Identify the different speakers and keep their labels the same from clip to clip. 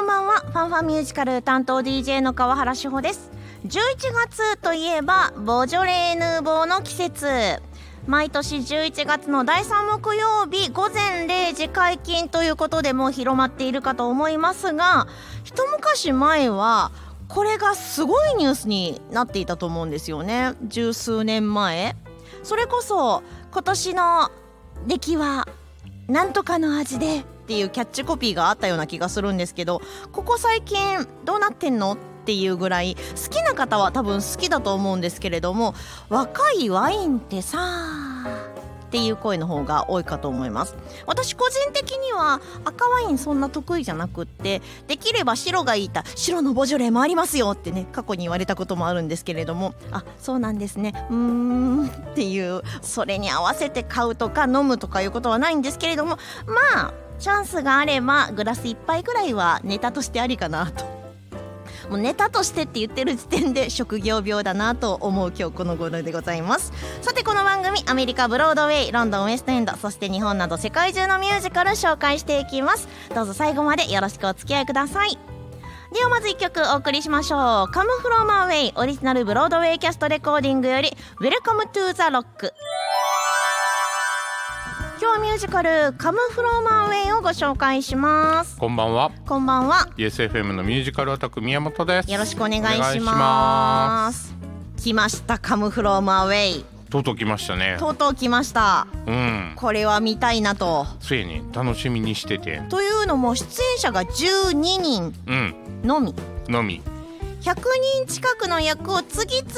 Speaker 1: ンファミュージカル担当 DJ の川原志保です11月といえばボジョレーヌーボーの季節毎年11月の第3木曜日午前0時解禁ということでもう広まっているかと思いますが一昔前はこれがすごいニュースになっていたと思うんですよね十数年前それこそ今年の出来はなんとかの味でっていうキャッチコピーがあったような気がするんですけどここ最近どうなってんのっていうぐらい好きな方は多分好きだと思うんですけれども若いワインってさっていう声の方が多いかと思います私個人的には赤ワインそんな得意じゃなくってできれば白がいいた白のボジョレーもありますよってね過去に言われたこともあるんですけれどもあそうなんですねうーんっていうそれに合わせて買うとか飲むとかいうことはないんですけれどもまあチャンスがあればグラス1杯ぐらいはネタとしてありかなともうネタとしてって言ってる時点で職業病だなと思う今日この頃でございますさてこの番組アメリカブロードウェイロンドンウェストエンドそして日本など世界中のミュージカル紹介していきますどうぞ最後までよろしくお付き合いくださいではまず1曲お送りしましょう「カムフローマーウェイオリジナルブロードウェイキャストレコーディングより「ウェルカムトゥザロック今日ミュージカル「カムフローマーウェイをご紹介します
Speaker 2: こんばんは。
Speaker 1: こんばんは
Speaker 2: USFM のミュージカルアタック宮本です。
Speaker 1: よろしくお願い
Speaker 2: お願い
Speaker 1: し
Speaker 2: し
Speaker 1: ま。
Speaker 2: ます
Speaker 1: 来ましたカムフローマーウェイ。
Speaker 2: とうとう来ましたね。
Speaker 1: とうとう来ました。
Speaker 2: うん。
Speaker 1: これは見たいなと。
Speaker 2: ついに楽しみにしてて。
Speaker 1: というのも出演者が12人
Speaker 2: うん。
Speaker 1: のみ。
Speaker 2: のみ。
Speaker 1: 100人近くの役を次々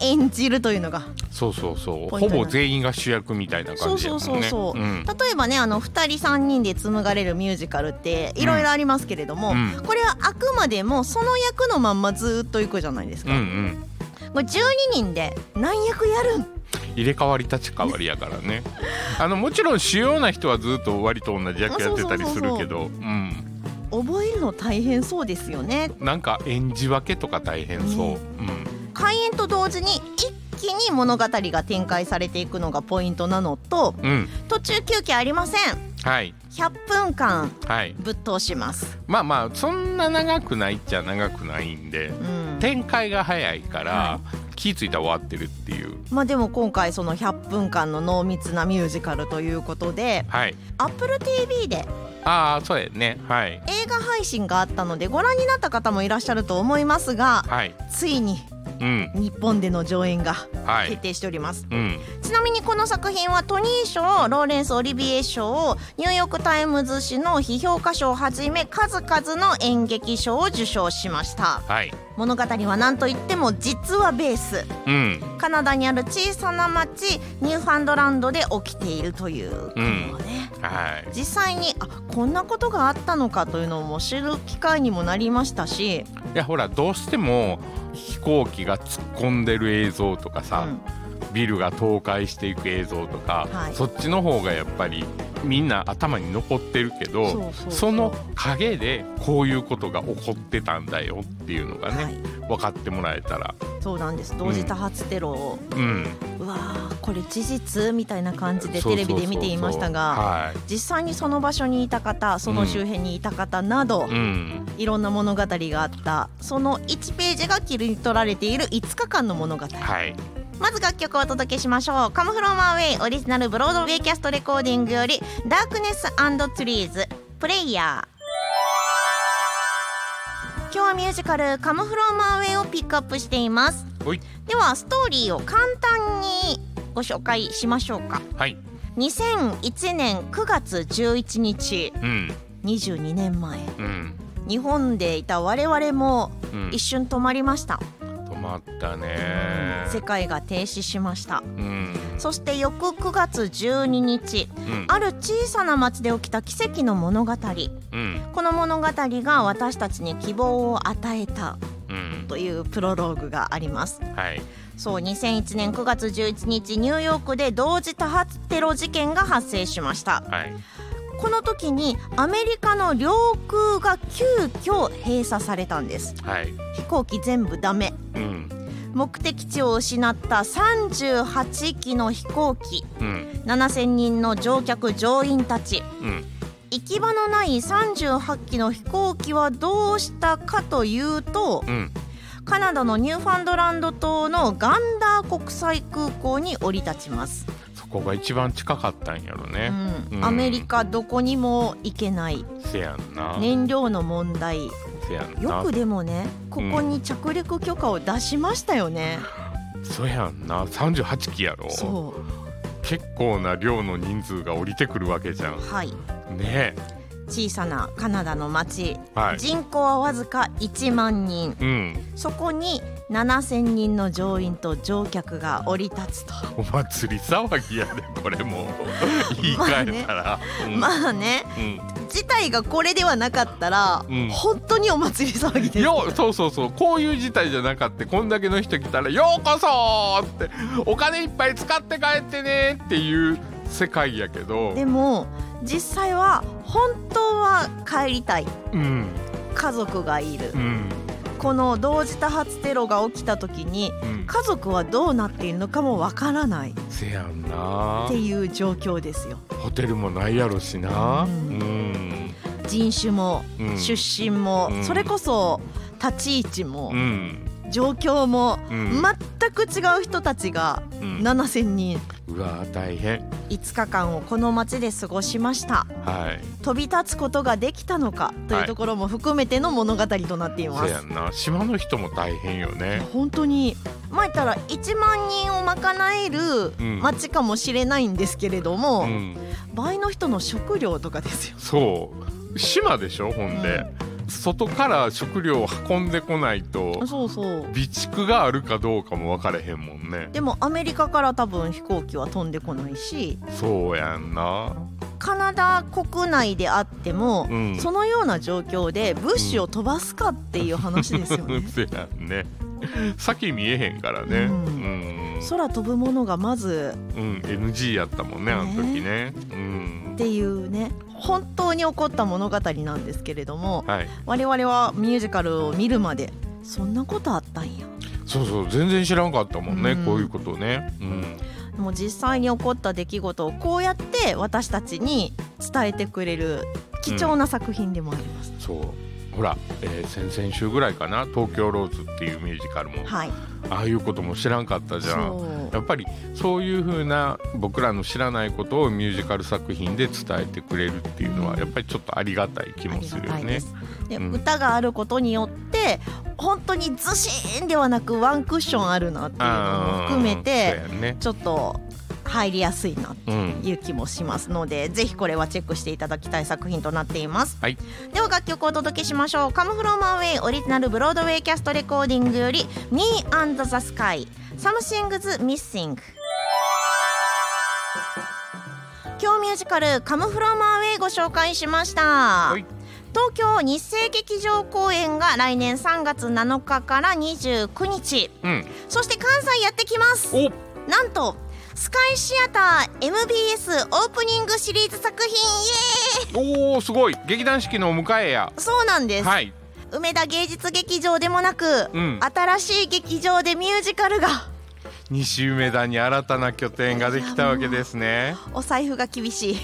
Speaker 1: に演じるというのが
Speaker 2: そうそうそう。
Speaker 1: ポイント
Speaker 2: ほ
Speaker 1: だ
Speaker 2: ぼ全員が主役みたいな
Speaker 1: そ
Speaker 2: 感
Speaker 1: う
Speaker 2: じ
Speaker 1: そ
Speaker 2: だ
Speaker 1: う
Speaker 2: った
Speaker 1: そ
Speaker 2: ね。
Speaker 1: うそう、
Speaker 2: ん。
Speaker 1: 例えばねあの2人3人で紡がれるミュージカルっていろいろありますけれども、
Speaker 2: うん
Speaker 1: これはあくまでもその役のまんまずーっといくじゃないです
Speaker 2: うん
Speaker 1: か、
Speaker 2: う
Speaker 1: も
Speaker 2: ん。
Speaker 1: う12人で何役やるん
Speaker 2: 入れ替わり立ち替わりやから ね。あのもちろん主要な人はずっと割と同じ役やってたりするけど、うん。
Speaker 1: 覚えるの大変そうですよね
Speaker 2: なんか演じ分けとか大変そう。
Speaker 1: ね開演と同時に一気に物語が展開されていくのがポイントなのと
Speaker 2: うん。うん。
Speaker 1: 途中休憩ありません
Speaker 2: はい
Speaker 1: 100分間
Speaker 2: はい。
Speaker 1: ぶっ通します、
Speaker 2: まあまあそんな長くないっちゃ長くないんで。
Speaker 1: うん、
Speaker 2: 展開が早いから、
Speaker 1: は
Speaker 2: 気付いたら終わってるっていう
Speaker 1: まあでも今回その100分間の濃密なミュージカルということで
Speaker 2: はい
Speaker 1: AppleTV で
Speaker 2: ああそうやねはい
Speaker 1: 映画配信があったのでご覧になった方もいらっしゃると思いますが
Speaker 2: はい
Speaker 1: ついに
Speaker 2: うん
Speaker 1: 日本での上演が
Speaker 2: は
Speaker 1: 決
Speaker 2: い
Speaker 1: 定しております、
Speaker 2: うん
Speaker 1: ちなみにこの作品はトニー賞ローレンス・オリビエ賞ニューヨーク・タイムズ紙の批評家賞をはじめ数々の演劇賞を受賞しました
Speaker 2: はい
Speaker 1: 物語は何といっても実はベース
Speaker 2: うん
Speaker 1: カナダにある小さな町ニューファンドランドで起きているということをね、
Speaker 2: はい
Speaker 1: 実際にあこんなことがあったのかというのも知る機会にもなりましたし、
Speaker 2: いやほらどうしても飛行機が突っ込んでる映像とか
Speaker 1: う
Speaker 2: さ、
Speaker 1: ん
Speaker 2: ビルが倒壊していく映像とか、
Speaker 1: はい
Speaker 2: そっちの方がやっぱりみんな頭に残ってるけど
Speaker 1: そうそうそう
Speaker 2: その陰でこういうことが起こってたんだよっていうのがね、
Speaker 1: はい
Speaker 2: 分かってもらえたら
Speaker 1: そうなんです同時多発テロを、
Speaker 2: うん
Speaker 1: うわーこれ事実みたいな感じで
Speaker 2: そう
Speaker 1: テレ
Speaker 2: そうそうそ
Speaker 1: ビ
Speaker 2: う
Speaker 1: で見ていましたが。
Speaker 2: はい
Speaker 1: 実際にその場所にいた方その周辺にいた方など、
Speaker 2: うん、
Speaker 1: いろんな物語があったその1ページが切り取られている5日間の物語
Speaker 2: はい、
Speaker 1: まず楽曲をお届けしましょう「カムフローマーウェイ」オリジナルブロードウェイキャストレコーディングより「ダークネスツリーズ」「プレイヤー」今日はミュージカル「カムフローマーウェイ」をピックアップしています
Speaker 2: おい、
Speaker 1: ではストーリーを簡単にご紹介しましょうか
Speaker 2: はい、
Speaker 1: 2001年9月11日
Speaker 2: うん、
Speaker 1: 22年前
Speaker 2: うん、
Speaker 1: 日本でいた我々も
Speaker 2: うん、
Speaker 1: 一瞬止まりました、
Speaker 2: 止まったね。
Speaker 1: 世界が停止しました
Speaker 2: うん、
Speaker 1: そして翌9月12日
Speaker 2: うん、
Speaker 1: ある小さな町で起きた奇跡の物語
Speaker 2: うん、
Speaker 1: この物語が私たちに希望を与えた
Speaker 2: うん、
Speaker 1: というプロローグがあります
Speaker 2: はい、
Speaker 1: そう2001年9月11日ニューヨークで同時多発テロ事件が発生しました
Speaker 2: はい、
Speaker 1: この時にアメリカの領空が急遽閉鎖されたんです
Speaker 2: はい、
Speaker 1: 飛行機全部ダメ
Speaker 2: うん、
Speaker 1: 目的地を失った38機の飛行機
Speaker 2: うん、
Speaker 1: 7000人の乗客乗員たち
Speaker 2: うん、
Speaker 1: 行き場のない38機の飛行機はどうしたかというと
Speaker 2: うん
Speaker 1: カナダのニューファンドランド島のガンダー国際空港に降り立ちます、
Speaker 2: そこが一番近かったんやろ
Speaker 1: う
Speaker 2: ね、
Speaker 1: ん
Speaker 2: うん
Speaker 1: アメリカどこにも行けない
Speaker 2: せやんな、
Speaker 1: 燃料の問題
Speaker 2: せやん
Speaker 1: よ
Speaker 2: な
Speaker 1: くでもねここに着陸許可を出しましたよね、
Speaker 2: そやんな38機やろ
Speaker 1: そ
Speaker 2: 結構な量の人数が降りてくるわけじゃん
Speaker 1: うはい
Speaker 2: ね
Speaker 1: 小さなカナダの町、
Speaker 2: えはい
Speaker 1: 人口はわずか1万人
Speaker 2: うん
Speaker 1: そこに7,000人の乗員と乗客が降り立つと
Speaker 2: お祭り騒ぎやでこれもう言い換えたら、うん
Speaker 1: まあね
Speaker 2: うん
Speaker 1: 事態がこれではなかったら、
Speaker 2: うん
Speaker 1: 本当にお祭り騒ぎです
Speaker 2: よそうそうそうこういう事態じゃなかってこんだけの人来たら「ようこそ!」ってお金いっぱい使って帰ってねっていう世界やけど
Speaker 1: でも実際は本当は帰りたい
Speaker 2: うん
Speaker 1: 家族がいる
Speaker 2: うん
Speaker 1: この同時多発テロが起きた時に
Speaker 2: うん
Speaker 1: 家族はどうなっているのかもわからないっ
Speaker 2: せやんな
Speaker 1: ていう状況ですよ
Speaker 2: ホテルもないやろしな
Speaker 1: う
Speaker 2: うん
Speaker 1: 人種も
Speaker 2: うん
Speaker 1: 出身も、
Speaker 2: うん
Speaker 1: それこそ立ち位置も、
Speaker 2: うん
Speaker 1: 状況も、
Speaker 2: うん
Speaker 1: 全く違う人たちが
Speaker 2: うん
Speaker 1: 7,000人
Speaker 2: うわ大変
Speaker 1: 5日間をこの町で過ごしました
Speaker 2: はい
Speaker 1: 飛び立つことができたのかというところも含めての物語となっています、
Speaker 2: せやんな島の人も大変よね
Speaker 1: 本当にまあ言ったら1万人を賄える
Speaker 2: うん
Speaker 1: 町かもしれないんですけれども、
Speaker 2: うん
Speaker 1: 倍の人の食料とかですよ
Speaker 2: そう島でしょほんで、外から食料を運んでこないと
Speaker 1: そうそう
Speaker 2: 備蓄があるかどうかも分かれへんもんね
Speaker 1: でもアメリカから多分飛行機は飛んでこないし
Speaker 2: そうやんな
Speaker 1: カナダ国内であっても、
Speaker 2: うん
Speaker 1: そのような状況で物資を飛ばすかっていう話ですよね、
Speaker 2: せやんね先見えへんからね
Speaker 1: う
Speaker 2: うんん、
Speaker 1: 空飛ぶものがまず
Speaker 2: うん NG やったもんねあの時ねうん
Speaker 1: っていうね本当に起こった物語なんですけれども
Speaker 2: はい
Speaker 1: 我々はミュージカルを見るまでそんなことあったんや
Speaker 2: そうそう全然知らんかったもんね、
Speaker 1: うん
Speaker 2: こういうことねうん
Speaker 1: もう実際に起こった出来事をこうやって私たちに伝えてくれる貴重な作品でもあります、
Speaker 2: そうほら、えー先々週ぐらいかな「東京ローズ」っていうミュージカルも
Speaker 1: はい
Speaker 2: ああいうことも知らんかったじゃん
Speaker 1: そう
Speaker 2: やっぱりそういうふうな僕らの知らないことをミュージカル作品で伝えてくれるっていうのはやっぱりちょっとありがたい気
Speaker 1: あ
Speaker 2: も
Speaker 1: り
Speaker 2: す
Speaker 1: が
Speaker 2: るよ
Speaker 1: たい
Speaker 2: ね
Speaker 1: で。す。で、
Speaker 2: うん
Speaker 1: 歌があることによって本当にずしんではなくワンクッションあるなっていうのも
Speaker 2: あー
Speaker 1: 含めて
Speaker 2: そうやね
Speaker 1: ちょっと入りやすいなって
Speaker 2: うん
Speaker 1: いう気もしますのでぜひこれはチェックしていただきたい作品となっています
Speaker 2: はい、
Speaker 1: では楽曲をお届けしましょう「カムフローマンウェイ」オリジナルブロードウェイキャストレコーディングより「Me and the Sky」「Something's Missing」今日ミュージカル「カムフローマンウェイ」ご紹介しました、
Speaker 2: はい
Speaker 1: 東京日生劇場公演が来年3月7日から29日
Speaker 2: うん、
Speaker 1: そして関西やってきます
Speaker 2: お
Speaker 1: なんとスカイシアター MBS オープニングシリーズ作品イエーイ
Speaker 2: おーすごい劇団四季のお迎えや
Speaker 1: そうなんです、
Speaker 2: はい
Speaker 1: 梅田芸術劇場でもなく、
Speaker 2: うん
Speaker 1: 新しい劇場でミュージカルが
Speaker 2: 西梅田に新たな拠点ができたわけですね
Speaker 1: お財布が厳しい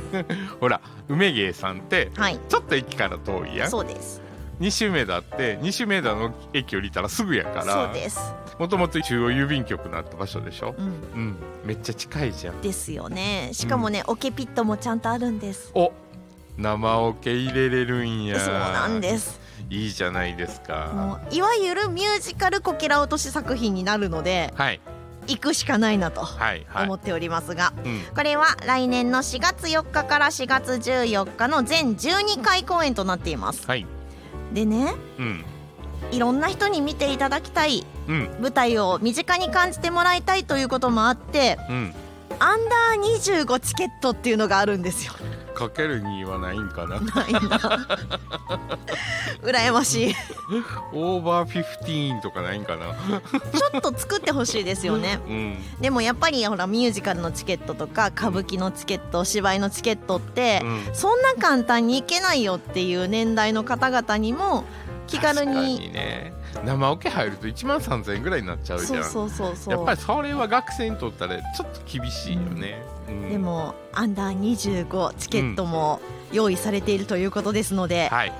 Speaker 2: ほら梅芸さんって
Speaker 1: はい
Speaker 2: ちょっと駅から遠いやん
Speaker 1: そうです
Speaker 2: 西梅田って西梅田の駅降りたらすぐやか
Speaker 1: そう
Speaker 2: ら
Speaker 1: です、
Speaker 2: もともと中央郵便局になった場所でしょ、
Speaker 1: うん、
Speaker 2: うん、めっちゃ近いじゃん
Speaker 1: ですよねしかもね、オケピットもちゃんとあるんです
Speaker 2: お生オケ入れれるんや
Speaker 1: そうなんです
Speaker 2: いいじゃないです
Speaker 1: も
Speaker 2: か
Speaker 1: ういわゆるミュージカルこけら落とし作品になるので
Speaker 2: はい
Speaker 1: 行くしかないなと
Speaker 2: はいはい
Speaker 1: 思っておりますが、
Speaker 2: うん
Speaker 1: これは来年の4月4日から4月14日の全12回公演となっています
Speaker 2: はい
Speaker 1: でね
Speaker 2: うん
Speaker 1: いろんな人に見ていただきたい
Speaker 2: うん
Speaker 1: 舞台を身近に感じてもらいたいということもあって
Speaker 2: うん
Speaker 1: アンダー25チケットっていうのがあるんですよ。
Speaker 2: かけるにはないんかな
Speaker 1: ないな羨ましい。ち
Speaker 2: オーバーフィフティーンとかないんかな
Speaker 1: ょっと作ってほしいですよね。
Speaker 2: うん
Speaker 1: でもやっぱりほらミュージカルのチケットとか歌舞伎のチケット芝居のチケットって、
Speaker 2: うん
Speaker 1: そんな簡単に行けないよっていう年代の方々にも気軽
Speaker 2: 確か
Speaker 1: に
Speaker 2: にね生オケ入ると1万3000円ぐらいになっちゃうじ
Speaker 1: そ
Speaker 2: ゃん
Speaker 1: うそうそうそう
Speaker 2: やっぱりそれは学生にとったらちょっと厳しいよね、うん
Speaker 1: でもアンダー25チケットも用意されているということですので、
Speaker 2: はい、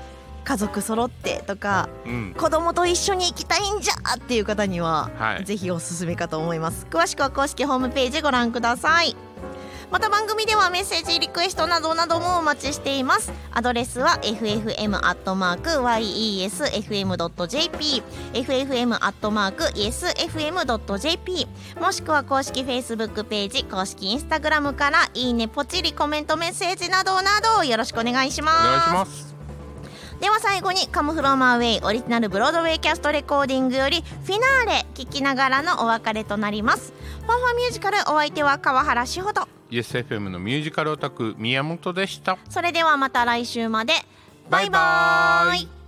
Speaker 1: 家族揃ってとか
Speaker 2: うん、
Speaker 1: 子供と一緒に行きたいんじゃっていう方には、
Speaker 2: はい
Speaker 1: ぜひおすすめかと思います詳しくは公式ホームページご覧くださいまた番組ではメッセージリクエストなどなどもお待ちしていますアドレスは ffm.yesfm.jp ffm.yesfm.jp もしくは公式 Facebook ページ公式 Instagram からいいねポチリコメントメッセージなどなどよろしくお願いします
Speaker 2: お願いします
Speaker 1: では最後に「カムフローマーウェイ」オリジナルブロードウェイキャストレコーディングよりフィナーレ聴きながらのお別れとなりますファンファミュージカルお相手は川原志穂と
Speaker 2: YesFM のミュージカルオタク宮本でした
Speaker 1: それではまた来週までバイババイバー
Speaker 2: バイバー
Speaker 1: イ
Speaker 2: イ